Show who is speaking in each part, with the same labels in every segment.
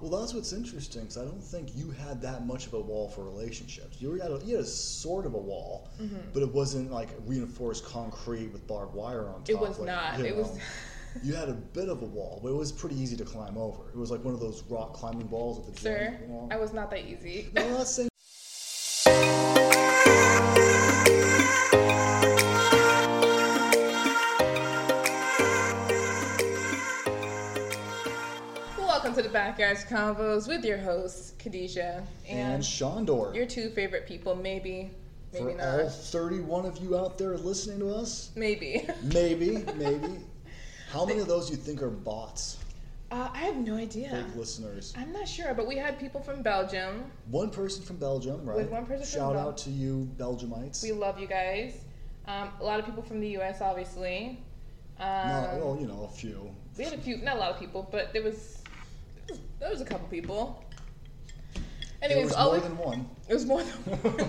Speaker 1: Well, that's what's interesting because I don't think you had that much of a wall for relationships. You, were at a, you had a sort of a wall,
Speaker 2: Mm-hmm.
Speaker 1: but it wasn't like reinforced concrete with barbed wire on top.
Speaker 2: It was
Speaker 1: like,
Speaker 2: not.
Speaker 1: you
Speaker 2: It was.
Speaker 1: know. you had a bit of a wall, but it was pretty easy to climb over. It was like one of those rock climbing walls at the gym.
Speaker 2: Sir,
Speaker 1: you know?
Speaker 2: I was not that easy.
Speaker 1: No, I'm not saying.
Speaker 2: Welcome to the Backyards Convos with your hosts, Khadijah,
Speaker 1: And
Speaker 2: and
Speaker 1: Shondor.
Speaker 2: your two favorite people, maybe, maybe
Speaker 1: for
Speaker 2: not.
Speaker 1: all 31 of you out there listening to us,
Speaker 2: Maybe.
Speaker 1: maybe, maybe. How many of those you think are bots,
Speaker 2: Uh, I have no idea.
Speaker 1: fake listeners?
Speaker 2: I'm not sure, but we had people from Belgium.
Speaker 1: One person from Belgium, right?
Speaker 2: one person from
Speaker 1: Shout
Speaker 2: Bel-
Speaker 1: out to you, Belgiumites.
Speaker 2: We love you guys. Um, a lot of people from the U.S., obviously. Um,
Speaker 1: no, well, you know, a few.
Speaker 2: we had a few, not a lot of people, but there was there was a couple people.
Speaker 1: There
Speaker 2: Anyways,
Speaker 1: was
Speaker 2: all
Speaker 1: more
Speaker 2: we-
Speaker 1: than one.
Speaker 2: it was more than it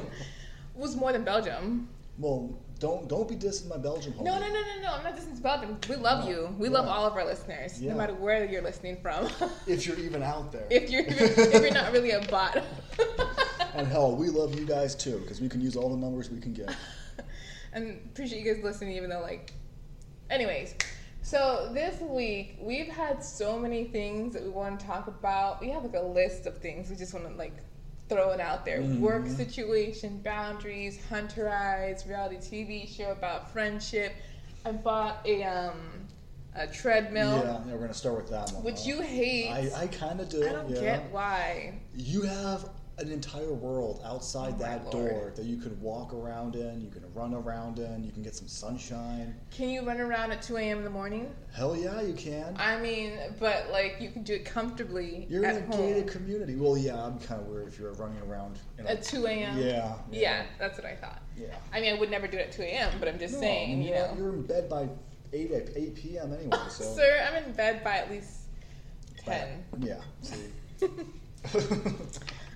Speaker 2: was more than Belgium.
Speaker 1: Well, don't don't be dissing my Belgium homie.
Speaker 2: No, no, no, no, no. I'm not dissing Belgium. We love
Speaker 1: No,
Speaker 2: you. We
Speaker 1: yeah.
Speaker 2: love all of our listeners,
Speaker 1: Yeah.
Speaker 2: no matter where you're listening from.
Speaker 1: If you're even out there.
Speaker 2: if you're if you're not really a bot.
Speaker 1: and hell, we love you guys too, because we can use all the numbers we can get.
Speaker 2: and appreciate you guys listening, even though like. Anyways, so this week we've had so many things that we want to talk about. We have like a list of things we just want to like throw it out there:
Speaker 1: Mm-hmm.
Speaker 2: work situation, boundaries, Hunter Eyes, reality TV show about friendship. I bought a um a treadmill,
Speaker 1: Yeah, yeah, we're gonna start with that one.
Speaker 2: which
Speaker 1: huh?
Speaker 2: you hate.
Speaker 1: I, I kind of do.
Speaker 2: I don't
Speaker 1: yeah.
Speaker 2: get why.
Speaker 1: You have an entire world outside
Speaker 2: Oh my
Speaker 1: that
Speaker 2: Lord.
Speaker 1: door that you can walk around in, you can run around in, you can get some sunshine.
Speaker 2: Can you run around at 2 a.m. in the morning?
Speaker 1: Hell yeah, you can.
Speaker 2: I mean, but like you can do it comfortably
Speaker 1: You're
Speaker 2: at
Speaker 1: in a
Speaker 2: home
Speaker 1: gated community. Well, yeah, I'm kind of weird if you're running around. In a,
Speaker 2: at 2 a.m.
Speaker 1: yeah,
Speaker 2: Yeah, that's what I thought.
Speaker 1: yeah.
Speaker 2: I mean, I would never do it at 2 a.m., but I'm just
Speaker 1: No, I
Speaker 2: saying,
Speaker 1: mean,
Speaker 2: you
Speaker 1: you're-
Speaker 2: know.
Speaker 1: you're in bed by eight at eight p.m. anyway. So
Speaker 2: Sir, I'm in bed by at least 10.
Speaker 1: But, yeah. See.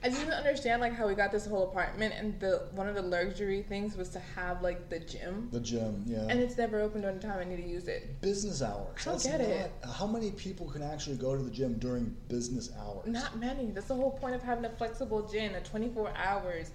Speaker 2: I just didn't understand like how we got this whole apartment, and the one of the luxury things was to have like the gym,
Speaker 1: the gym. Yeah.
Speaker 2: and it's never open during the time I need to use it.
Speaker 1: business hours.
Speaker 2: I don't
Speaker 1: That's
Speaker 2: get
Speaker 1: not,
Speaker 2: it.
Speaker 1: How many people can actually go to the gym during business hours?
Speaker 2: Not many. That's the whole point of having a flexible gym, a 24 hours,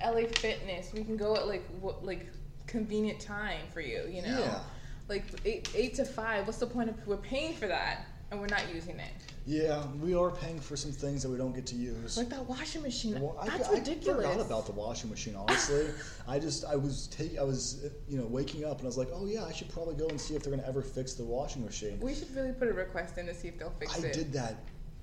Speaker 2: a LA Fitness. We can go at like what like convenient time for you. You know,
Speaker 1: Yeah.
Speaker 2: like eight eight to five. What's the point of we're paying for that and we're not using it?
Speaker 1: Yeah, we are paying for some things that we don't get to use.
Speaker 2: Like that washing machine.
Speaker 1: Well, I,
Speaker 2: That's
Speaker 1: I
Speaker 2: ridiculous.
Speaker 1: forgot about the washing machine. Honestly, I just I was take I was uh, you know waking up and I was like, oh yeah, I should probably go and see if they're gonna ever fix the washing machine.
Speaker 2: we should really put a request in to see if they'll fix
Speaker 1: I
Speaker 2: it.
Speaker 1: did that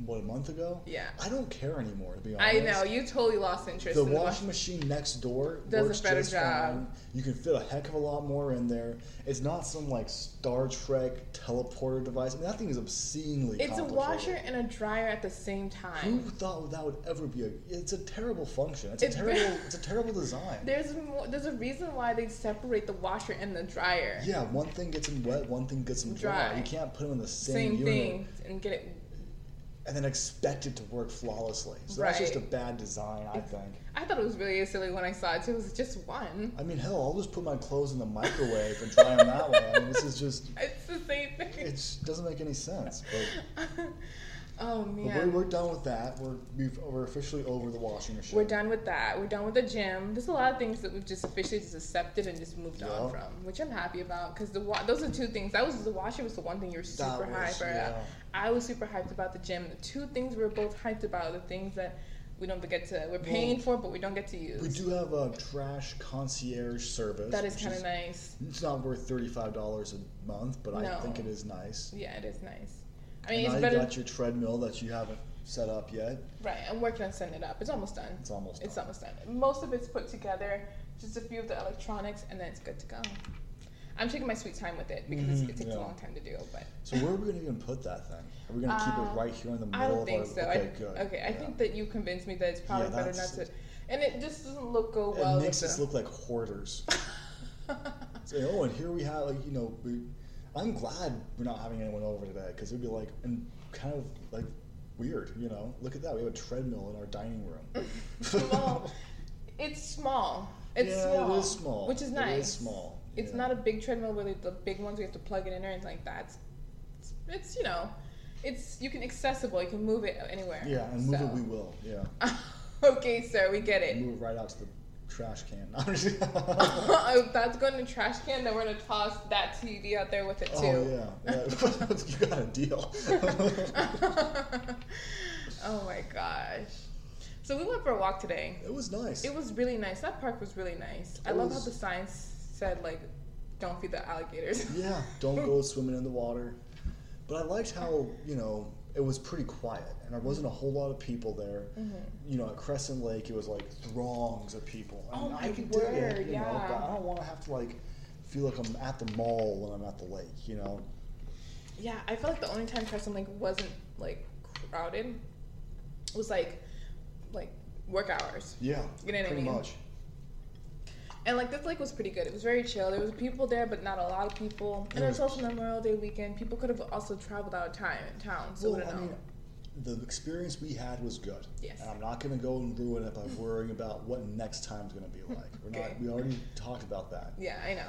Speaker 1: what a month ago.
Speaker 2: Yeah.
Speaker 1: I don't care anymore to be honest.
Speaker 2: I know you totally lost interest.
Speaker 1: The
Speaker 2: in the wash-
Speaker 1: washing machine next door
Speaker 2: Does a
Speaker 1: works
Speaker 2: better
Speaker 1: just
Speaker 2: job.
Speaker 1: fine. You can fit a heck of a lot more in there. It's not some like Star Trek teleporter device. I mean, that thing is obscenely.
Speaker 2: It's a washer
Speaker 1: complicated.
Speaker 2: and a dryer at the same
Speaker 1: Who
Speaker 2: time.
Speaker 1: thought that would ever be a? It's a terrible function. It's a
Speaker 2: It's
Speaker 1: terrible.
Speaker 2: very-
Speaker 1: it's a terrible design.
Speaker 2: There's more, there's a reason why they separate the washer and the dryer.
Speaker 1: Yeah, one thing gets them wet, one thing gets them dry.
Speaker 2: Dry.
Speaker 1: You can't put them in the
Speaker 2: Same
Speaker 1: same, unit
Speaker 2: thing and get it
Speaker 1: and then expect it to work flawlessly. So that's just a
Speaker 2: Right.
Speaker 1: bad design, I think.
Speaker 2: I thought it was really silly when I saw it too. It was just one.
Speaker 1: I mean, hell, I'll just put my clothes in the microwave and dry them that way. I mean, this is just.
Speaker 2: It's the same thing.
Speaker 1: It doesn't make any sense, but
Speaker 2: oh
Speaker 1: But we're,
Speaker 2: man.
Speaker 1: we're done with that. We're we've, we're officially over the washing machine.
Speaker 2: We're done with that. We're done with the gym. There's a lot of things that we've just officially just accepted and just moved on
Speaker 1: Yeah.
Speaker 2: from, which I'm happy about because the wa- those are two things. That was the washer was the one thing you were
Speaker 1: That
Speaker 2: super
Speaker 1: was-
Speaker 2: hyped about.
Speaker 1: yeah.
Speaker 2: I was super hyped about the gym. The two things we were both hyped about are the things that we don't get to. We're paying for, but we don't get to use.
Speaker 1: We do have a trash concierge service.
Speaker 2: that is
Speaker 1: which
Speaker 2: kind of nice.
Speaker 1: It's not worth thirty five dollars a month, but I
Speaker 2: No.
Speaker 1: think it is nice.
Speaker 2: Yeah, it is nice. I
Speaker 1: And
Speaker 2: mean,
Speaker 1: now
Speaker 2: it's
Speaker 1: you
Speaker 2: better.
Speaker 1: got your treadmill that you haven't set up yet.
Speaker 2: Right, I'm working on setting it up. It's almost done.
Speaker 1: It's almost
Speaker 2: It's
Speaker 1: done.
Speaker 2: almost done. Most of it's put together, just a few of the electronics, and then it's good to go. I'm taking my sweet time with it because
Speaker 1: Mhm,
Speaker 2: it's, it takes
Speaker 1: yeah.
Speaker 2: a long time to do. But
Speaker 1: So where are we gonna even put that thing? Are we gonna keep
Speaker 2: Uh,
Speaker 1: it right here in the middle
Speaker 2: I don't
Speaker 1: of
Speaker 2: think
Speaker 1: our?
Speaker 2: so.
Speaker 1: Okay,
Speaker 2: I,
Speaker 1: good.
Speaker 2: Okay, I
Speaker 1: yeah.
Speaker 2: think that you convinced me that it's probably
Speaker 1: Yeah,
Speaker 2: better not
Speaker 1: that's-
Speaker 2: to. And it just doesn't look go
Speaker 1: it
Speaker 2: well.
Speaker 1: makes
Speaker 2: with
Speaker 1: us
Speaker 2: the,
Speaker 1: look like hoarders. Say, oh, and here we have, like, you know, we, I'm glad we're not having anyone over today because it'd be like, and kind of like weird, you know. Look at that, we have a treadmill in our dining room.
Speaker 2: small. It's small. It's
Speaker 1: yeah,
Speaker 2: small.
Speaker 1: it is small,
Speaker 2: Which is
Speaker 1: It
Speaker 2: nice.
Speaker 1: small.
Speaker 2: It's
Speaker 1: yeah.
Speaker 2: not a big treadmill where like, the big ones we have to plug it in or anything like that. It's, it's you know, it's you can accessible. You can move it anywhere.
Speaker 1: Yeah, and move
Speaker 2: so.
Speaker 1: it we will. Yeah.
Speaker 2: okay, sir, we get it.
Speaker 1: Move it right out to the trash can. No, I'm just-
Speaker 2: if Oh, that's going to trash can, then we're gonna toss that TV out there with it too.
Speaker 1: Oh yeah, yeah. you got a deal.
Speaker 2: oh my gosh. So we went for a walk today.
Speaker 1: it was nice.
Speaker 2: It was really nice. That park was really nice. I love how
Speaker 1: was-
Speaker 2: the signs said like, "Don't feed the alligators."
Speaker 1: yeah, don't go swimming in the water. But I liked how you know it was pretty quiet, and there wasn't a whole lot of people there.
Speaker 2: Mm-hmm.
Speaker 1: You know, at Crescent Lake, it was like throngs of people. And
Speaker 2: Oh my
Speaker 1: I could dig
Speaker 2: word,
Speaker 1: it, you know,
Speaker 2: yeah.
Speaker 1: but I don't want to have to like feel like I'm at the mall when I'm at the lake. You know,
Speaker 2: yeah, I felt like the only time Crescent Lake wasn't like crowded was like, like work hours.
Speaker 1: yeah,
Speaker 2: You know what I
Speaker 1: pretty
Speaker 2: mean?
Speaker 1: much.
Speaker 2: And like this lake was pretty good. It was very chill. There was people there, but not a lot of people. And
Speaker 1: It
Speaker 2: it's
Speaker 1: was-
Speaker 2: also Memorial Day weekend. People could have also traveled out of time town, so
Speaker 1: Well,
Speaker 2: wouldn't
Speaker 1: I
Speaker 2: know.
Speaker 1: mean, the experience we had was good.
Speaker 2: Yes.
Speaker 1: And I'm not going to go and ruin it by worrying about what next time's going to be like. We're
Speaker 2: Okay.
Speaker 1: not. We already talked about that.
Speaker 2: yeah, I know.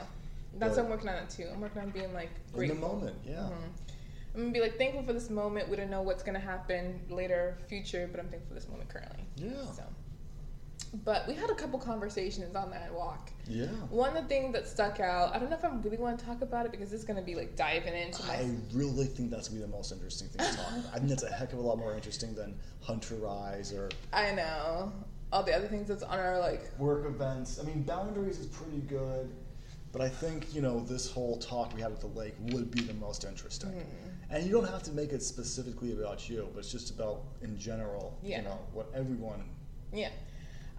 Speaker 2: That's
Speaker 1: But-
Speaker 2: what I'm working on it too. I'm working on being like
Speaker 1: In the
Speaker 2: grateful.
Speaker 1: moment, yeah.
Speaker 2: I'm gonna be like thankful for this moment. We don't know what's gonna happen later, future, but I'm thankful for this moment currently.
Speaker 1: Yeah.
Speaker 2: So, but we had a couple conversations on that walk.
Speaker 1: Yeah.
Speaker 2: One of the things that stuck out, I don't know if I really want to talk about it because it's gonna be like diving into my.
Speaker 1: I really think that's gonna be the most interesting thing to talk about. I think that's a heck of a lot more interesting than Hunter Rise or
Speaker 2: I know all the other things that's on our like.
Speaker 1: work events. I mean, boundaries is pretty good, but I think you know this whole talk we had at the lake would be the most interesting.
Speaker 2: Hmm.
Speaker 1: And you don't have to make it specifically about you, but it's just about in general.
Speaker 2: Yeah.
Speaker 1: You know what everyone.
Speaker 2: Yeah.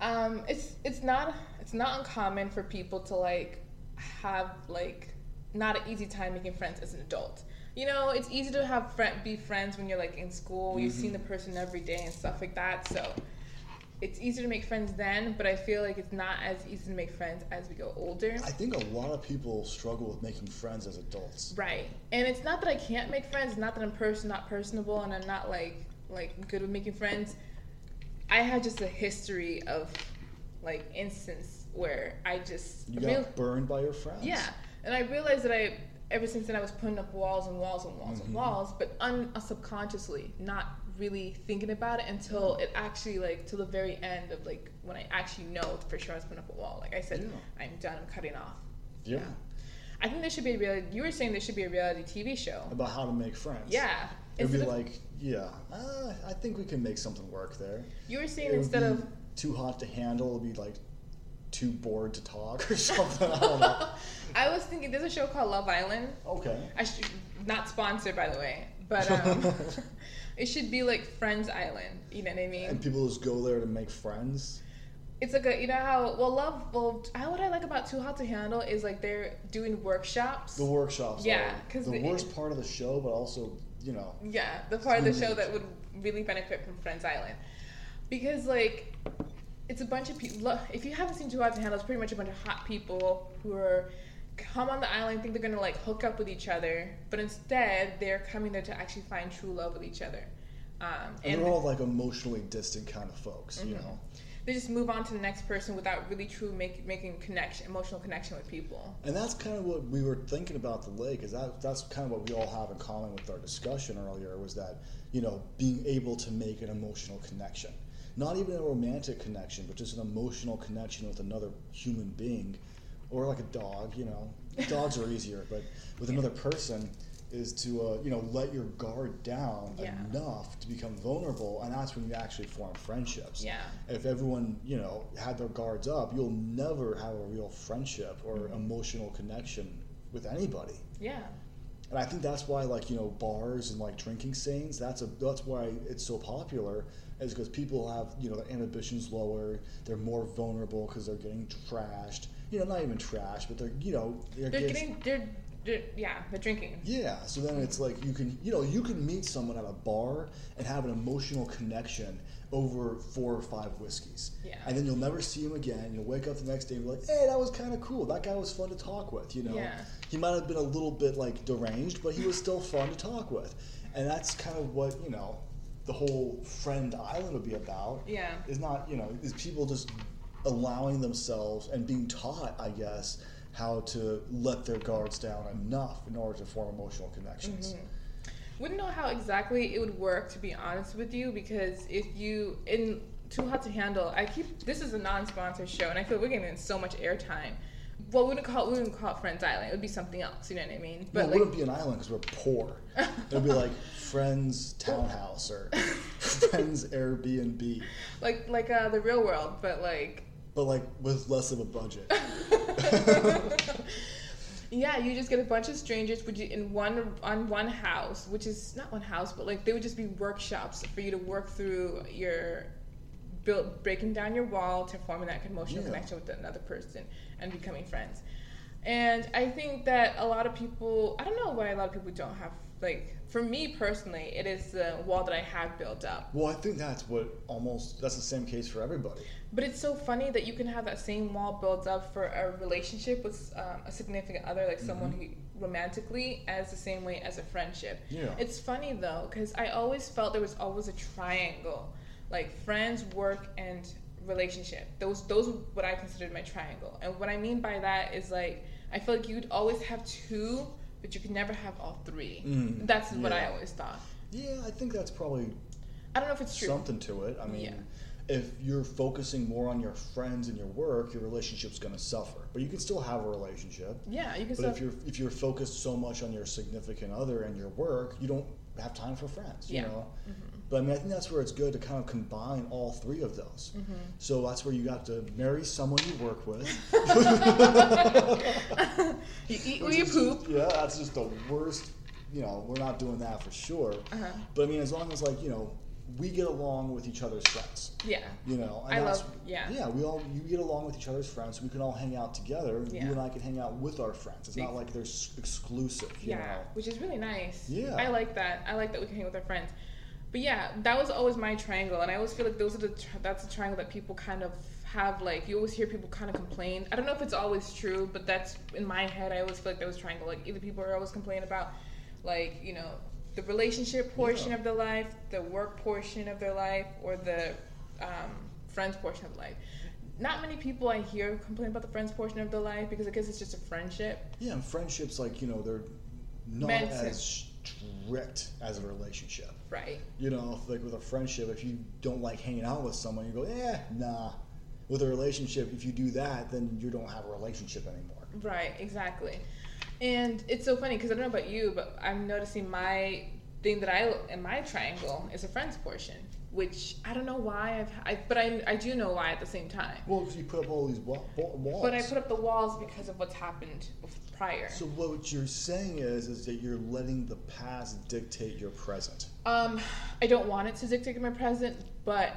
Speaker 2: Um, it's it's not it's not uncommon for people to like have like not an easy time making friends as an adult. You know, it's easy to have friend be friends when you're like in school, you've seen the person every day and stuff like that. So it's easier to make friends then, but I feel like it's not as easy to make friends as we go older.
Speaker 1: I think a lot of people struggle with making friends as adults.
Speaker 2: Right. And it's not that I can't make friends, it's not that I'm person not personable and I'm not like like good with making friends. I had just a history of like instance where I just
Speaker 1: You
Speaker 2: real-
Speaker 1: got burned by your friends.
Speaker 2: yeah. And I realized that I ever since then I was putting up walls and walls and walls
Speaker 1: Mm-hmm.
Speaker 2: and walls, but un- subconsciously, not really thinking about it until it actually like till the very end of like when I actually know for sure I was putting up a wall. Like I said,
Speaker 1: Yeah.
Speaker 2: I'm done, I'm cutting off.
Speaker 1: Yeah.
Speaker 2: I think there should be a reality. You were saying there should be a reality TV show.
Speaker 1: About how to make friends.
Speaker 2: Yeah.
Speaker 1: It'd be
Speaker 2: Instead of-
Speaker 1: like, yeah, uh, I think we can make something work there.
Speaker 2: you were saying
Speaker 1: It would
Speaker 2: instead
Speaker 1: be
Speaker 2: of
Speaker 1: too hot to handle, it'd be like too bored to talk or something. I don't know.
Speaker 2: I was thinking there's a show called Love Island.
Speaker 1: Okay.
Speaker 2: I should not sponsored by the way, but um, it should be like Friends Island. You know what I mean?
Speaker 1: And people just go there to make friends.
Speaker 2: It's like a you know how well love well how what I like about Too Hot to Handle is like they're doing workshops.
Speaker 1: The workshops. are
Speaker 2: Yeah, 'cause
Speaker 1: the
Speaker 2: the-
Speaker 1: worst part of the show, but also, you know,
Speaker 2: Yeah, the part of the show
Speaker 1: Huge.
Speaker 2: that would really benefit from Friends Island. Because, like, it's a bunch of people. If you haven't seen Two Out to Handle, it's pretty much a bunch of hot people who are come on the island, think they're gonna, like, hook up with each other, but instead they're coming there to actually find true love with each other. Um,
Speaker 1: and,
Speaker 2: and Mm-hmm.
Speaker 1: they're all like emotionally distant kind of folks, you know.
Speaker 2: they just move on to the next person without really true make, making connection, emotional connection with people.
Speaker 1: And that's kind of what we were thinking about the lake. Is that that's kind of what we all have in common with our discussion earlier? Was that you know being able to make an emotional connection, not even a romantic connection, but just an emotional connection with another human being, or like a dog. You know, dogs are easier, but with another person is to uh, you know let your guard down
Speaker 2: Yeah.
Speaker 1: enough to become vulnerable, and that's when you actually form friendships
Speaker 2: Yeah.
Speaker 1: if everyone you know had their guards up you'll never have a real friendship or emotional connection with anybody
Speaker 2: Yeah.
Speaker 1: and i think that's why like you know bars and like drinking scenes that's a that's why it's so popular is because people have you know their inhibitions lower they're more vulnerable because they're getting trashed you know not even trashed but they're you know they're,
Speaker 2: They're getting, they're, they're, yeah, they're drinking.
Speaker 1: yeah, so then it's like you can, you know, you can meet someone at a bar and have an emotional connection over four or five whiskeys.
Speaker 2: Yeah.
Speaker 1: And then you'll never see him again. You'll wake up the next day and be like, hey, that was kind of cool. That guy was fun to talk with, you know?
Speaker 2: Yeah.
Speaker 1: He might have been a little bit like deranged, but he was still fun to talk with. And that's kind of what, you know, the whole friend island would be about
Speaker 2: Yeah.
Speaker 1: is not you know is people just allowing themselves and being taught i guess how to let their guards down enough in order to form emotional connections
Speaker 2: wouldn't know how exactly it would work to be honest with you because if you in too hot to handle i keep this is a non-sponsored show and i feel we're getting so much airtime well, we wouldn't call it, we wouldn't call it Friends Island. It would be something else. You know what I mean?
Speaker 1: But it wouldn't be an island because we're poor. It would be like Friends Townhouse or Friends Airbnb,
Speaker 2: like like uh, the real world, but like
Speaker 1: but like with less of a budget.
Speaker 2: yeah, you just get a bunch of strangers would you in one on one house, which is not one house, but like they would just be workshops for you to work through your build, breaking down your wall to forming that emotional
Speaker 1: Yeah.
Speaker 2: connection with another person and becoming friends. And I think that a lot of people, I don't know why a lot of people don't have like. For me personally, it is the wall that I have built up.
Speaker 1: Well, I think that's what almost that's the same case for everybody.
Speaker 2: But it's so funny that you can have that same wall built up for a relationship with um, a significant other, like someone
Speaker 1: Mm-hmm.
Speaker 2: who romantically, as the same way as a friendship.
Speaker 1: Yeah.
Speaker 2: It's funny though, because I always felt there was always a triangle, like friends, work, and relationship. Those those were what I considered my triangle. And what I mean by that is like I feel like you'd always have two, but you could never have all three.
Speaker 1: Mm,
Speaker 2: That's what I
Speaker 1: yeah.
Speaker 2: always thought.
Speaker 1: Yeah, I think that's probably
Speaker 2: I don't know if it's true.
Speaker 1: something to it. I mean,
Speaker 2: Yeah.
Speaker 1: if you're focusing more on your friends and your work, your relationship's going to suffer. But you can still have a relationship.
Speaker 2: yeah, you can.
Speaker 1: But
Speaker 2: still-
Speaker 1: if you're if you're focused so much on your significant other and your work, you don't have time for friends. You
Speaker 2: Yeah. Mm-hmm.
Speaker 1: know. But I mean, I think that's where it's good to kind of combine all three of those.
Speaker 2: Mm-hmm.
Speaker 1: So that's where you got to marry someone you work with.
Speaker 2: you eat or
Speaker 1: which
Speaker 2: you
Speaker 1: is
Speaker 2: poop.
Speaker 1: just- yeah, that's just the worst. You know, we're not doing that for sure.
Speaker 2: Uh-huh.
Speaker 1: But I mean, as long as like you know, we get along with each other's friends.
Speaker 2: Yeah.
Speaker 1: You know,
Speaker 2: I
Speaker 1: that's-
Speaker 2: love- yeah.
Speaker 1: Yeah, we all you get along with each other's friends. We can all hang out together.
Speaker 2: Yeah.
Speaker 1: You and I can hang out with our friends. It's not
Speaker 2: Ex-
Speaker 1: like they're s- exclusive. You
Speaker 2: Yeah,
Speaker 1: Know?
Speaker 2: which is really nice.
Speaker 1: Yeah.
Speaker 2: I like that. I like that we can hang with our friends. But yeah, that was always my triangle, and I always feel like those are the tr that's the triangle that people kind of have. Like you always hear people kind of complain. I don't know if it's always true, but that's in my head. I always feel like that was triangle. Like either people are always complaining about, like you know, the relationship portion
Speaker 1: Yeah.
Speaker 2: of their life, the work portion of their life, or the um, friends portion of life. Not many people I hear complain about the friends portion of their life because I guess it's just a friendship.
Speaker 1: Yeah, and friendships like you know they're not
Speaker 2: Medicine.
Speaker 1: as strict as a relationship.
Speaker 2: Right.
Speaker 1: You know, if, like with a friendship, if you don't like hanging out with someone, you go, yeah, nah. With a relationship, if you do that, then you don't have a relationship anymore.
Speaker 2: Right, exactly. And it's so funny because I don't know about you, but I'm noticing my thing that I in my triangle is a friends portion, which I don't know why I've, I, but I, I do know why at the same time.
Speaker 1: Well, 'cause you put up all these wa- wa- walls.
Speaker 2: But I put up the walls because of what's happened bef- prior.
Speaker 1: so what you're saying is, is that you're letting the past dictate your present.
Speaker 2: Um, I don't want it to dictate my present, but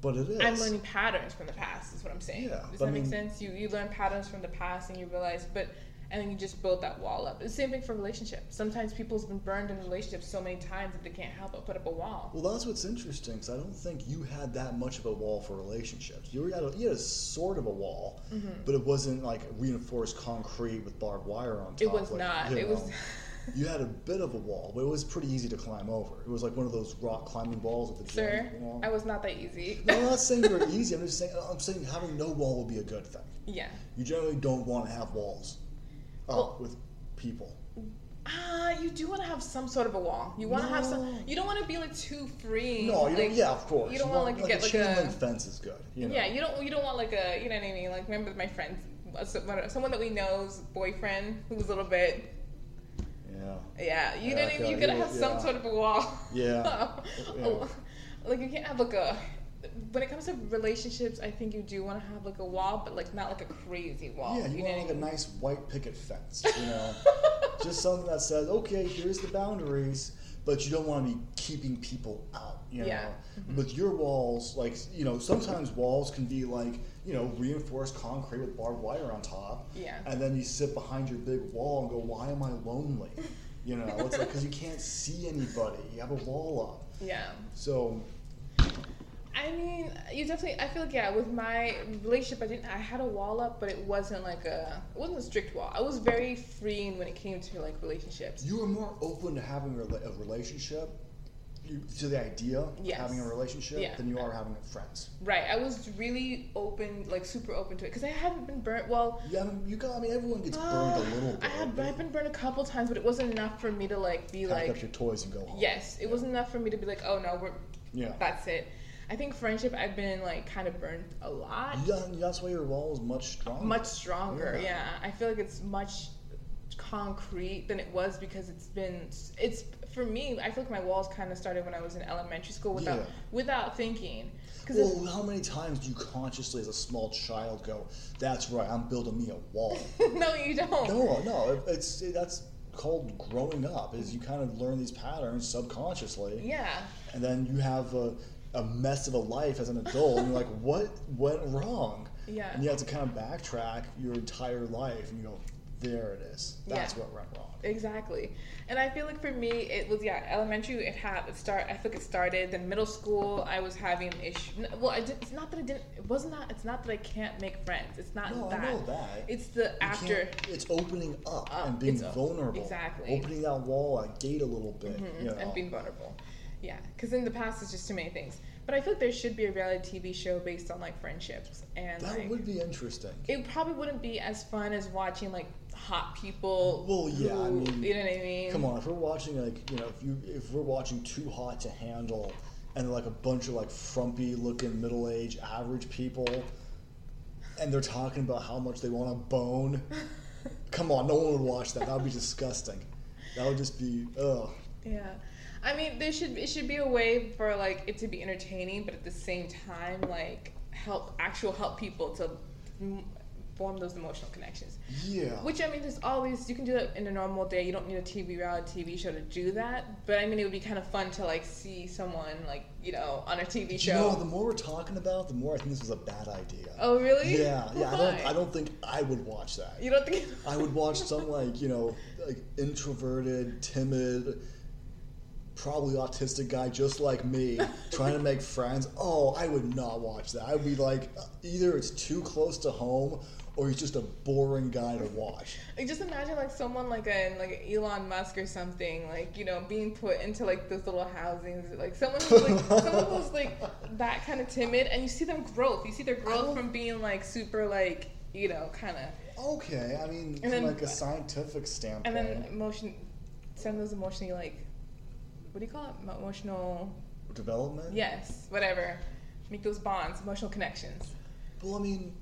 Speaker 1: But it is.
Speaker 2: I'm learning patterns from the past. Is what I'm saying.
Speaker 1: Yeah,
Speaker 2: Does
Speaker 1: I
Speaker 2: that make
Speaker 1: mean-
Speaker 2: sense? You you learn patterns from the past and you realize, but and then you just build that wall up. It's the same thing for relationships. Sometimes people's been burned in relationships so many times that they can't help but put up a wall.
Speaker 1: Well, that's what's interesting because I don't think you had that much of a wall for relationships. You, were at a, you had a sort of a wall,
Speaker 2: Mm-hmm.
Speaker 1: but it wasn't like reinforced concrete with barbed wire on top.
Speaker 2: It was
Speaker 1: like,
Speaker 2: not.
Speaker 1: you
Speaker 2: It was.
Speaker 1: know. you had a bit of a wall, but it was pretty easy to climb over. It was like one of those rock climbing walls at the gym.
Speaker 2: Sir,
Speaker 1: you know?
Speaker 2: I was not that easy.
Speaker 1: no, I'm not saying you were easy. I'm just saying I'm saying having no wall would be a good thing.
Speaker 2: yeah.
Speaker 1: You generally don't want to have walls uh,
Speaker 2: Well-
Speaker 1: with people.
Speaker 2: Ah, you do want to have some sort of a wall. You want to have
Speaker 1: No.
Speaker 2: some. You don't want to be like too free.
Speaker 1: No, you
Speaker 2: Mm, like,
Speaker 1: don't, yeah, of course.
Speaker 2: You don't
Speaker 1: want
Speaker 2: want to like
Speaker 1: like
Speaker 2: get
Speaker 1: a chain
Speaker 2: like a.
Speaker 1: link fence is good. You know?
Speaker 2: Yeah, you don't. You don't want like a. You know what I mean? Like remember my friends, uh, someone that we know's boyfriend who was a little bit.
Speaker 1: yeah.
Speaker 2: Yeah, you
Speaker 1: Yeah,
Speaker 2: know what I mean.
Speaker 1: okay,
Speaker 2: You gotta
Speaker 1: yeah,
Speaker 2: have some
Speaker 1: yeah.
Speaker 2: sort of a wall.
Speaker 1: Yeah. Yeah.
Speaker 2: like you can't have like a. When it comes to relationships, I think you do want to have like a wall, but like not like a crazy wall.
Speaker 1: Yeah, you,
Speaker 2: Oh, know
Speaker 1: want
Speaker 2: what I
Speaker 1: like a
Speaker 2: mean?
Speaker 1: nice white picket fence, you know, just something that says, okay, here's the boundaries, but you don't want to be keeping people out, you know.
Speaker 2: Yeah. Mm-hmm.
Speaker 1: With your walls, like you know, sometimes walls can be like you know reinforced concrete with barbed wire on top.
Speaker 2: Yeah.
Speaker 1: And then you sit behind your big wall and go, why am I lonely? You know, it's like because you can't see anybody. You have a wall up,
Speaker 2: Yeah.
Speaker 1: so
Speaker 2: I mean, you definitely. I feel like yeah. With my relationship, I didn't. I had a wall up, but it wasn't like a. It wasn't a strict wall. I was very free when it came to like relationships.
Speaker 1: you were more open to having a rela- a relationship you, to the idea of
Speaker 2: Yes.
Speaker 1: having a relationship
Speaker 2: Yeah.
Speaker 1: than you are having friends.
Speaker 2: Right. I was really open, like super open to it, because I haven't been burnt. Well,
Speaker 1: You haven't, you got, I mean, everyone gets burned a little bit.
Speaker 2: Uh, I have, but I've been burnt a couple times, but it wasn't enough for me to like be
Speaker 1: Pack up
Speaker 2: like,
Speaker 1: your toys and go home.
Speaker 2: yes, it wasn't enough for me to be like, oh no, we're
Speaker 1: Yeah.
Speaker 2: that's it. I think friendship, I've been like kind of burnt a lot,
Speaker 1: Yeah, and that's why your wall is much stronger.
Speaker 2: much stronger.
Speaker 1: Yeah.
Speaker 2: Yeah. I feel like it's much concrete than it was because it's been it's for me. I feel like my walls kind of started when I was in elementary school without
Speaker 1: Yeah.
Speaker 2: without thinking. Because
Speaker 1: Well, how many times do you consciously, as a small child, go, "That's right, I'm building me a wall"?
Speaker 2: no, you don't.
Speaker 1: no, no, it, it's it, that's called growing up. Is you kind of learn these patterns subconsciously,
Speaker 2: Yeah.
Speaker 1: and then you have a, a mess of a life as an adult, and you're like, "What went wrong?"
Speaker 2: Yeah.
Speaker 1: and you have to kind of backtrack your entire life, and you go, "There it is. That's
Speaker 2: Yeah.
Speaker 1: what went wrong."
Speaker 2: Exactly, and I feel like for me it was yeah elementary. It had it start. I think it started. Then middle school, I was having issues. Well, I did, it's not that I didn't. It wasn't that. It's not that I can't make friends. It's not
Speaker 1: No,
Speaker 2: that.
Speaker 1: I know that.
Speaker 2: It's the
Speaker 1: You
Speaker 2: after.
Speaker 1: can't- it's opening up
Speaker 2: Up,
Speaker 1: and being
Speaker 2: it's o-
Speaker 1: vulnerable,
Speaker 2: exactly. Mm-hmm.
Speaker 1: opening that wall, that gate a little bit, you know.
Speaker 2: and being vulnerable. Yeah, because in the past it's just too many things. But I feel like there should be a reality TV show based on like friendships and
Speaker 1: that
Speaker 2: like
Speaker 1: would be interesting.
Speaker 2: it probably wouldn't be as fun as watching like hot people.
Speaker 1: Well, yeah, I
Speaker 2: who-
Speaker 1: mean,
Speaker 2: you know what I mean.
Speaker 1: Come on, if we're watching like you know, if you if we're watching Too Hot to Handle, and like a bunch of like frumpy looking middle aged average people, and they're talking about how much they want to bone. come on, no one would watch that. That would be disgusting. That would just be ugh.
Speaker 2: Yeah, I mean, there should it should be a way for like it to be entertaining, but at the same time, like help actual help people to m- form those emotional connections.
Speaker 1: Yeah.
Speaker 2: Which I mean, there's all these. You can do that in a normal day. You don't need a TV reality TV show to do that. But I mean, it would be kind of fun to like see someone like you know on a TV
Speaker 1: you
Speaker 2: show.
Speaker 1: know, the more we're talking about, the more I think this was a bad idea.
Speaker 2: oh really?
Speaker 1: Yeah, yeah. I don't.
Speaker 2: Why?
Speaker 1: I don't think I would watch that.
Speaker 2: You don't think?
Speaker 1: I would watch some like you know like introverted, timid, probably autistic guy just like me trying to make friends. Oh, I would not watch that. I'd be like, either it's too close to home, or he's just a boring guy to watch.
Speaker 2: Like, just imagine like someone like a like an Elon Musk or something like you know being put into like those little housings like someone who's like someone who's like that kind of timid and you see them growth you see their growth from being like super like you know kind of
Speaker 1: Okay, I mean, from
Speaker 2: then-
Speaker 1: like a scientific
Speaker 2: and
Speaker 1: standpoint.
Speaker 2: then emotion send those emotionally like what do you call it Mo- emotional
Speaker 1: development.
Speaker 2: yes whatever make those bonds emotional connections
Speaker 1: Well, I mean,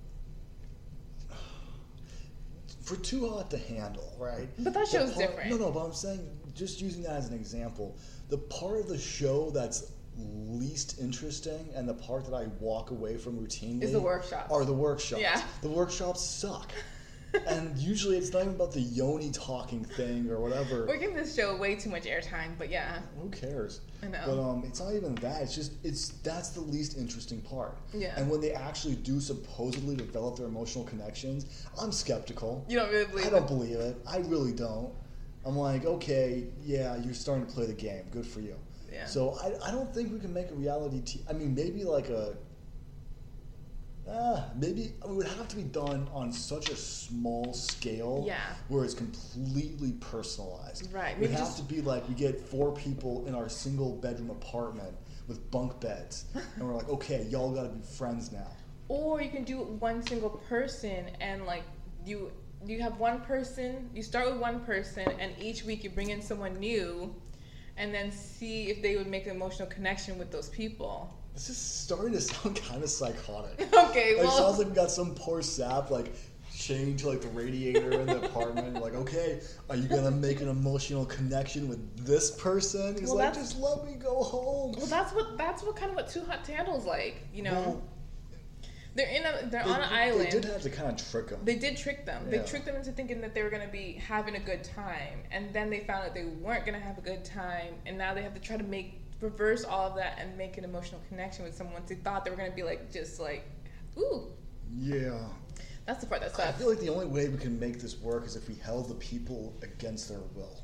Speaker 1: for too hot to handle, right?
Speaker 2: But
Speaker 1: The
Speaker 2: that show's
Speaker 1: part-
Speaker 2: different.
Speaker 1: No, no, but I'm saying just using that as an example, the part of the show that's least interesting and the part that I walk away from routinely
Speaker 2: Is the workshops.
Speaker 1: Are the workshops?
Speaker 2: Yeah.
Speaker 1: The workshops suck. and usually it's not even about the yoni talking thing or whatever.
Speaker 2: we're giving this show way too much airtime but yeah
Speaker 1: Who cares?
Speaker 2: I know.
Speaker 1: But um, it's not even that. It's just it's that's the least interesting part.
Speaker 2: Yeah.
Speaker 1: And when they actually do supposedly develop their emotional connections, I'm skeptical.
Speaker 2: you don't really believe
Speaker 1: I
Speaker 2: it.
Speaker 1: don't believe it. I really don't. I'm like, okay, yeah, you're starting to play the game. Good for you.
Speaker 2: Yeah.
Speaker 1: So I, I don't think we can make a reality. T- I mean, maybe like a. Ah, maybe it would have to be done on such a small scale
Speaker 2: Yeah.
Speaker 1: where it's completely personalized.
Speaker 2: Right,
Speaker 1: We
Speaker 2: maybe
Speaker 1: have
Speaker 2: just-
Speaker 1: to be like we get four people in our single bedroom apartment with bunk beds, and we're like, okay, y'all got to be friends now.
Speaker 2: Or you can do it one single person and like you you have one person, you start with one person and each week you bring in someone new and then see if they would make an emotional connection with those people.
Speaker 1: This is starting to sound kind of psychotic.
Speaker 2: Okay,
Speaker 1: It sounds
Speaker 2: well
Speaker 1: like we got some poor sap like chained to like the radiator in the apartment. You're like, okay, are you gonna make an emotional connection with this person? He's
Speaker 2: Well,
Speaker 1: like,
Speaker 2: that's-
Speaker 1: just let me go home.
Speaker 2: well that's what that's what kind of what Too Hot to Handle's like, you know.
Speaker 1: Well,
Speaker 2: they're in a they're
Speaker 1: they-
Speaker 2: on an island.
Speaker 1: They did have to kind of trick him.
Speaker 2: They did trick them.
Speaker 1: Yeah.
Speaker 2: They tricked them into thinking that they were going to be having a good time, and then they found out they weren't going to have a good time, and now they have to try to make reverse all of that and make an emotional connection with someone. They thought they were going to be like just like, ooh,
Speaker 1: yeah.
Speaker 2: that's the part that
Speaker 1: I
Speaker 2: sucks.
Speaker 1: feel like the only way we can make this work is if we held the people against their will.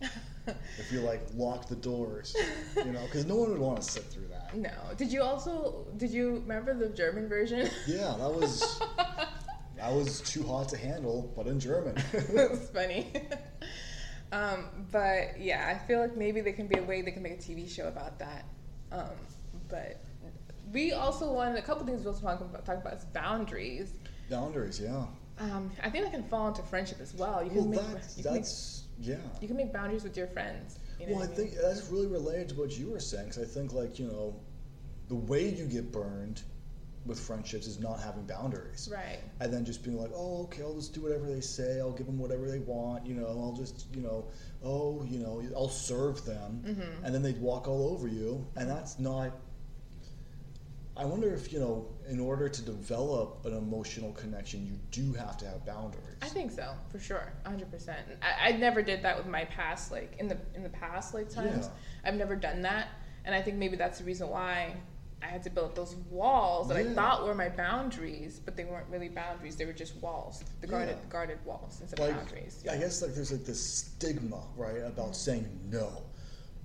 Speaker 1: if we like locked the doors, you know, because no one would want to sit through that.
Speaker 2: no, did you also did you remember the German version?
Speaker 1: Yeah, that was that was too hot to handle, but in German.
Speaker 2: That's funny. um, but yeah, I feel like maybe there can be a way they can make a TV show about that. Um, but we also wanted a couple things we'll talk about, talk about is boundaries.
Speaker 1: Boundaries, yeah.
Speaker 2: Um, I think that can fall into friendship as well. You
Speaker 1: Well,
Speaker 2: can make
Speaker 1: that's
Speaker 2: you can make,
Speaker 1: that's yeah.
Speaker 2: you can make boundaries with your friends. You know
Speaker 1: Well, I
Speaker 2: what I mean?
Speaker 1: think that's really related to what you were saying. Because I think like you know, the way you get burned with friendships is not having boundaries.
Speaker 2: right.
Speaker 1: and then just being like, oh, okay, I'll just do whatever they say. I'll give them whatever they want. You know, I'll just, you know, oh, you know, I'll serve them,
Speaker 2: Mm-hmm.
Speaker 1: and then they'd walk all over you, and that's not. I wonder if you know, in order to develop an emotional connection, you do have to have boundaries.
Speaker 2: I think so, for sure, hundred percent. I, I never did that with my past, like in the in the past, like times.
Speaker 1: Yeah.
Speaker 2: I've never done that, and I think maybe that's the reason why I had to build those walls that
Speaker 1: Yeah.
Speaker 2: I thought were my boundaries, but they weren't really boundaries. They were just walls, the guarded
Speaker 1: Yeah.
Speaker 2: guarded walls instead
Speaker 1: like,
Speaker 2: of boundaries.
Speaker 1: I guess like there's like this stigma, right, about saying no.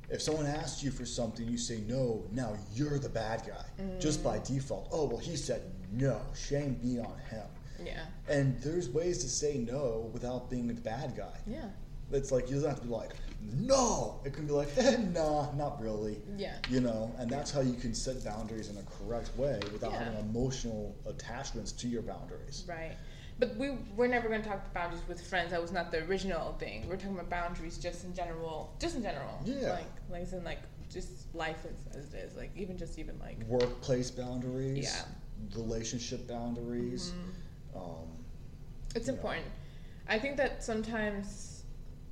Speaker 1: If someone asks you for something, you say no. Now you're the bad guy, just by
Speaker 2: Mm.
Speaker 1: default. Oh well, he said no. Shame be on him.
Speaker 2: Yeah,
Speaker 1: And there's ways to say no without being the bad guy.
Speaker 2: yeah,
Speaker 1: It's like, you don't have to be like, no! It can be like, eh, nah, not really.
Speaker 2: yeah.
Speaker 1: You know, and that's how you can set boundaries in a correct way without
Speaker 2: Yeah.
Speaker 1: having emotional attachments to your boundaries.
Speaker 2: Right. But we we're never going to talk about boundaries with friends. That was not the original thing. We're talking about boundaries just in general, just in general.
Speaker 1: Yeah.
Speaker 2: Like like as in like just life as, as it is. Like even just even like
Speaker 1: Workplace boundaries,
Speaker 2: Yeah.
Speaker 1: relationship boundaries. Um,
Speaker 2: it's
Speaker 1: Yeah.
Speaker 2: important. I think that sometimes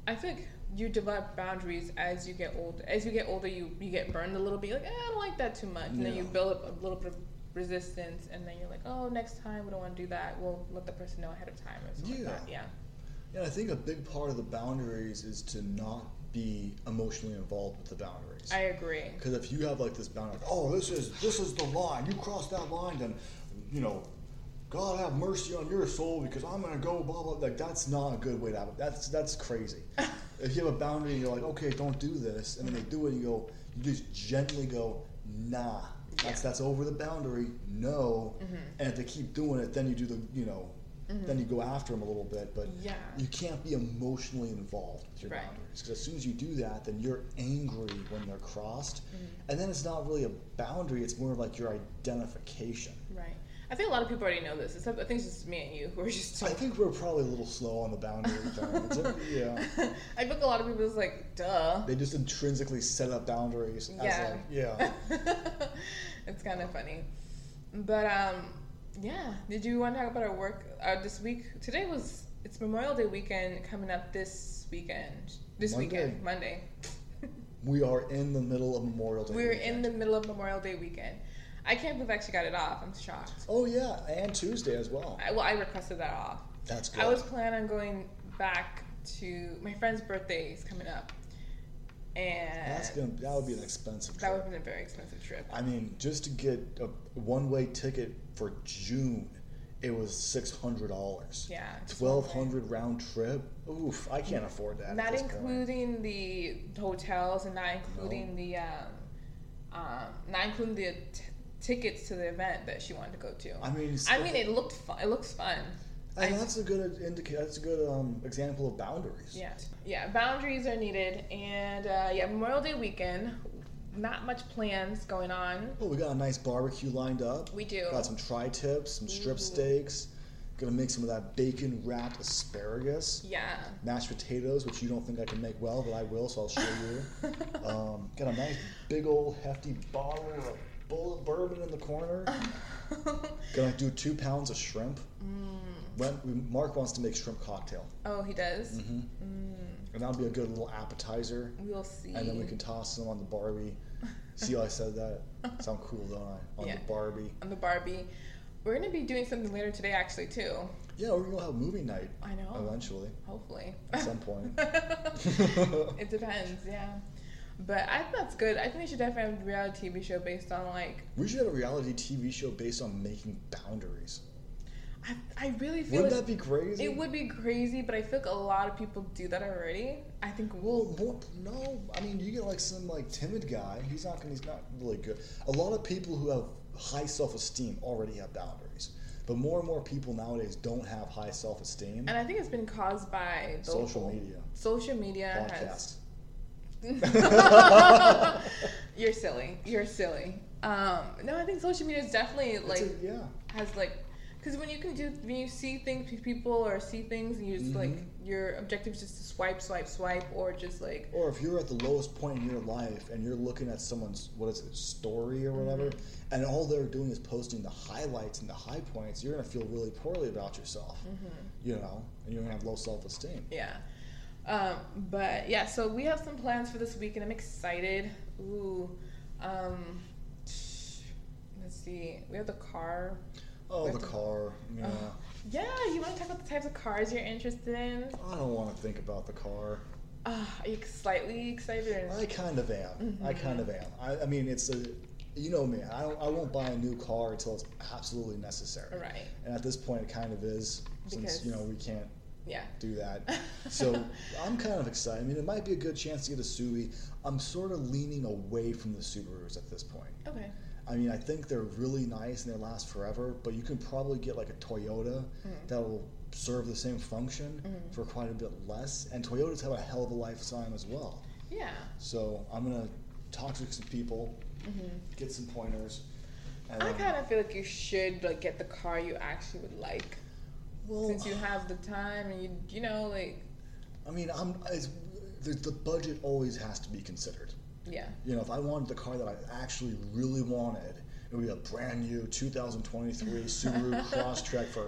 Speaker 2: I think you develop boundaries as you get older. As you get older, you you get burned a little bit. You're like eh, I don't like that too much, and then you
Speaker 1: Yeah.
Speaker 2: build up a little bit of resistance, and then you're like, oh, next time we don't want to do that. We'll let the person know ahead of time or something
Speaker 1: Yeah.
Speaker 2: like that. Yeah.
Speaker 1: and I think a big part of the boundaries is to not be emotionally involved with the boundaries.
Speaker 2: I agree.
Speaker 1: Because if you have like this boundary, like, oh, this is this is the line. You cross that line, then you know, God have mercy on your soul because I'm gonna go blah blah. Like that's not a good way to have it. That's that's crazy. if you have a boundary, and you're like, okay, don't do this, and then they do it, and you go, you just gently go, nah, that's that's over the boundary. No, and if they keep doing it, then you do the you know, then you go after them a little bit, but
Speaker 2: Yeah.
Speaker 1: you can't be emotionally involved with your
Speaker 2: Right.
Speaker 1: boundaries because as soon as you do that, then you're angry when they're crossed,
Speaker 2: Mm-hmm.
Speaker 1: and then it's not really a boundary; it's more of like your identification.
Speaker 2: Right. I think a lot of people already know this. Except I think it's just me and you who are just.
Speaker 1: I think we're probably a little slow on the boundary thing. It's a- yeah,
Speaker 2: I think a lot of people is like, duh.
Speaker 1: they just intrinsically set up boundaries. As
Speaker 2: Yeah.
Speaker 1: Like, yeah.
Speaker 2: it's kind of funny, but um, yeah. Did you want to talk about our work uh, this week? Today was it's Memorial Day weekend coming up this weekend. This weekend, Monday.
Speaker 1: We are in the middle of Memorial Day.
Speaker 2: We're in
Speaker 1: weekend.
Speaker 2: the middle of Memorial Day weekend. I can't believe I actually got it off. I'm shocked.
Speaker 1: Oh yeah, and Tuesday as well.
Speaker 2: I, well, I requested that off.
Speaker 1: That's good.
Speaker 2: I was planning on going back to my friend's birthday is coming up, and
Speaker 1: That's gonna, that would be an expensive
Speaker 2: that
Speaker 1: trip.
Speaker 2: would have been a very expensive trip.
Speaker 1: I mean, just to get a one-way ticket for June, it was six hundred dollars.
Speaker 2: Yeah, it's
Speaker 1: Twelve
Speaker 2: one
Speaker 1: hundred round trip. Oof, I can't afford that. at
Speaker 2: not
Speaker 1: this point.
Speaker 2: including the hotels and not including the um, um, not including the t- tickets to the event that she wanted to go to.
Speaker 1: I mean, it's-
Speaker 2: I mean, it looked fun. It looks fun.
Speaker 1: and
Speaker 2: I-
Speaker 1: that's a good indicator. That's a good um, example of boundaries.
Speaker 2: Yeah, yeah. Boundaries are needed, and uh, yeah, Memorial Day weekend. Not much plans going on.
Speaker 1: Well, we got a nice barbecue lined up.
Speaker 2: We do. Mm-hmm.
Speaker 1: Got some tri-tips, some strip steaks. Gonna make some of that bacon wrapped asparagus,
Speaker 2: Yeah,
Speaker 1: mashed potatoes, which you don't think I can make well, but I will, so I'll show you. um, got a nice big old hefty bottle of a bowl of bourbon in the corner. Gonna do two pounds of shrimp.
Speaker 2: Mm.
Speaker 1: When- we- Mark wants to make shrimp cocktail,
Speaker 2: oh, he does.
Speaker 1: Mm-hmm. and that'll be a good little appetizer.
Speaker 2: We'll see.
Speaker 1: And then we can toss them on the Barbie. See how I said that? Sound cool, don't I? On
Speaker 2: Yeah.
Speaker 1: the Barbie.
Speaker 2: on the Barbie. We're gonna be doing something later today, actually, too.
Speaker 1: Yeah, we're gonna have movie night
Speaker 2: I know.
Speaker 1: eventually
Speaker 2: Hopefully.
Speaker 1: at some point.
Speaker 2: It depends, yeah. But I think that's good. I think we should definitely have a reality TV show based on like.
Speaker 1: we should have a reality TV show based on making boundaries.
Speaker 2: I, I really feel
Speaker 1: Wouldn't that
Speaker 2: like
Speaker 1: be crazy?
Speaker 2: it would be crazy, but I feel like a lot of people do that already. I think we'll.
Speaker 1: Well, more, no. I mean, you get like some like timid guy. He's not gonna. He's not really good. A lot of people who have high self-esteem already have boundaries, but more and more people nowadays don't have high self-esteem.
Speaker 2: And I think it's been caused by the
Speaker 1: Social
Speaker 2: whole-
Speaker 1: media.
Speaker 2: Social media
Speaker 1: Podcasts.
Speaker 2: has You're silly. You're silly. Um, no, I think social media is definitely
Speaker 1: It's
Speaker 2: like
Speaker 1: a- yeah.
Speaker 2: has like because when you can do when you see things people or see things and you just like your objective is just to swipe swipe swipe or just like
Speaker 1: Or if you're at the lowest point in your life and you're looking at someone's what is it story or whatever,
Speaker 2: Mm-hmm.
Speaker 1: and all they're doing is posting the highlights and the high points, you're gonna feel really poorly about yourself.
Speaker 2: Mm-hmm.
Speaker 1: You know, and you're gonna have low self esteem.
Speaker 2: yeah um, but yeah so we have some plans for this week and i'm excited ooh um, let's see we have the car
Speaker 1: Oh,
Speaker 2: We
Speaker 1: the
Speaker 2: have to-
Speaker 1: car. Yeah,
Speaker 2: yeah you want to talk about the types of cars you're interested in
Speaker 1: I don't want to think about the car.
Speaker 2: uh, are you slightly excited or
Speaker 1: I kind of am. I
Speaker 2: Mm-hmm.
Speaker 1: kind of am. I, I mean, it's a, you know me. I don't. I won't buy a new car until it's absolutely necessary.
Speaker 2: right
Speaker 1: And at this point, it kind of is since
Speaker 2: Because-
Speaker 1: you know we can't
Speaker 2: yeah
Speaker 1: do that. So I'm kind of excited. I mean, it might be a good chance to get a Subi. I'm sort of leaning away from the Subarus at this point.
Speaker 2: okay
Speaker 1: I mean, I think they're really nice and they last forever, but you can probably get like a Toyota
Speaker 2: Mm.
Speaker 1: that will serve the same function for quite a bit less. And Toyotas have a hell of a lifetime as well.
Speaker 2: yeah
Speaker 1: So I'm gonna talk to some people,
Speaker 2: Mm-hmm.
Speaker 1: get some pointers. And um,
Speaker 2: i
Speaker 1: then-
Speaker 2: kind of feel like you should like get the car you actually would like
Speaker 1: well,
Speaker 2: since you have the time and you you know like
Speaker 1: I mean, I'm it's, the, the budget always has to be considered.
Speaker 2: yeah
Speaker 1: You know, if I wanted the car that I actually really wanted, it would be a brand new 2023 Subaru Crosstrek for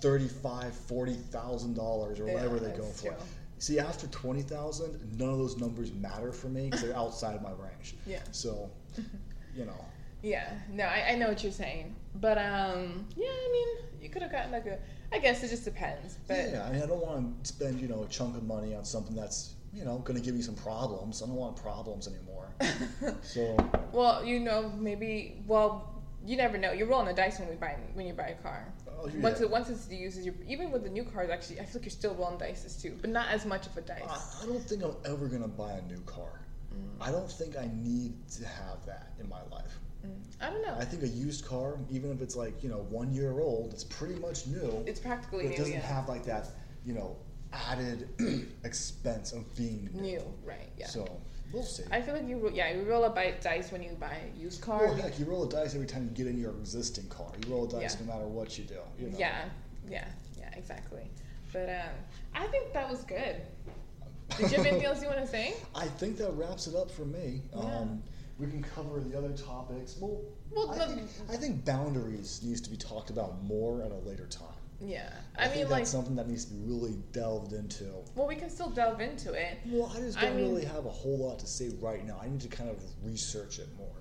Speaker 1: thirty-five, forty thousand dollars, or
Speaker 2: Yeah,
Speaker 1: whatever they go
Speaker 2: that's
Speaker 1: for.
Speaker 2: true.
Speaker 1: See, after twenty thousand, none of those numbers matter for me because they're outside of my range.
Speaker 2: Yeah.
Speaker 1: So, you know,
Speaker 2: yeah no I, I know what you're saying but um yeah i mean you could have gotten like a i guess it just depends but
Speaker 1: yeah, I mean, I don't want to spend you know a chunk of money on something that's you know going to give me some problems. I don't want problems anymore. so
Speaker 2: well you know maybe well you never know you're rolling the dice when we buy when you buy a car
Speaker 1: Oh, yeah.
Speaker 2: once it once it's used you even with the new cars actually i feel like you're still rolling dices too but not as much of a dice
Speaker 1: I, I don't think I'm ever going to buy a new car.
Speaker 2: Mm.
Speaker 1: I don't think I need to have that in my life.
Speaker 2: i don't know
Speaker 1: I think a used car, even if it's like you know one year old, it's pretty much new.
Speaker 2: it's practically
Speaker 1: but it
Speaker 2: new,
Speaker 1: doesn't
Speaker 2: yeah.
Speaker 1: have like that you know added expense of being new.
Speaker 2: new right yeah
Speaker 1: So we'll see.
Speaker 2: i feel like you ro- yeah you roll a bi- dice when you buy a used car
Speaker 1: well, heck, you roll a dice every time you get in your existing car. You roll a dice
Speaker 2: Yeah.
Speaker 1: no matter what you do. You know?
Speaker 2: Yeah, yeah, yeah, exactly. But um, I think that was good. Did you have anything else you want to say?
Speaker 1: I think that wraps it up for me.
Speaker 2: Yeah.
Speaker 1: Um, we can cover the other topics. Well,
Speaker 2: Well,
Speaker 1: I,
Speaker 2: the-
Speaker 1: think, I think boundaries needs to be talked about more at a later time.
Speaker 2: Yeah, I,
Speaker 1: think
Speaker 2: mean,
Speaker 1: that's
Speaker 2: like,
Speaker 1: something that needs to be really delved into.
Speaker 2: well, we can still delve into it.
Speaker 1: Well, I just
Speaker 2: I
Speaker 1: don't
Speaker 2: mean-
Speaker 1: really have a whole lot to say right now. I need to kind of research it more.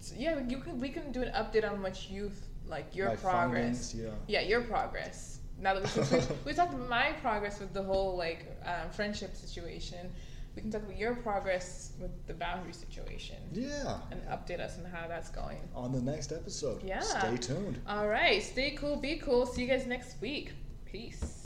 Speaker 2: So, yeah, you can. We can do an update on what you've like your
Speaker 1: My
Speaker 2: progress.
Speaker 1: findings, yeah.
Speaker 2: Yeah, your progress. Now that we, since we, we talked about my progress with the whole like um, friendship situation, we can talk about your progress with the boundary situation
Speaker 1: Yeah.
Speaker 2: and update us on how that's going.
Speaker 1: On the next episode.
Speaker 2: Yeah.
Speaker 1: Stay tuned.
Speaker 2: All right, stay cool, be cool. See you guys next week. Peace.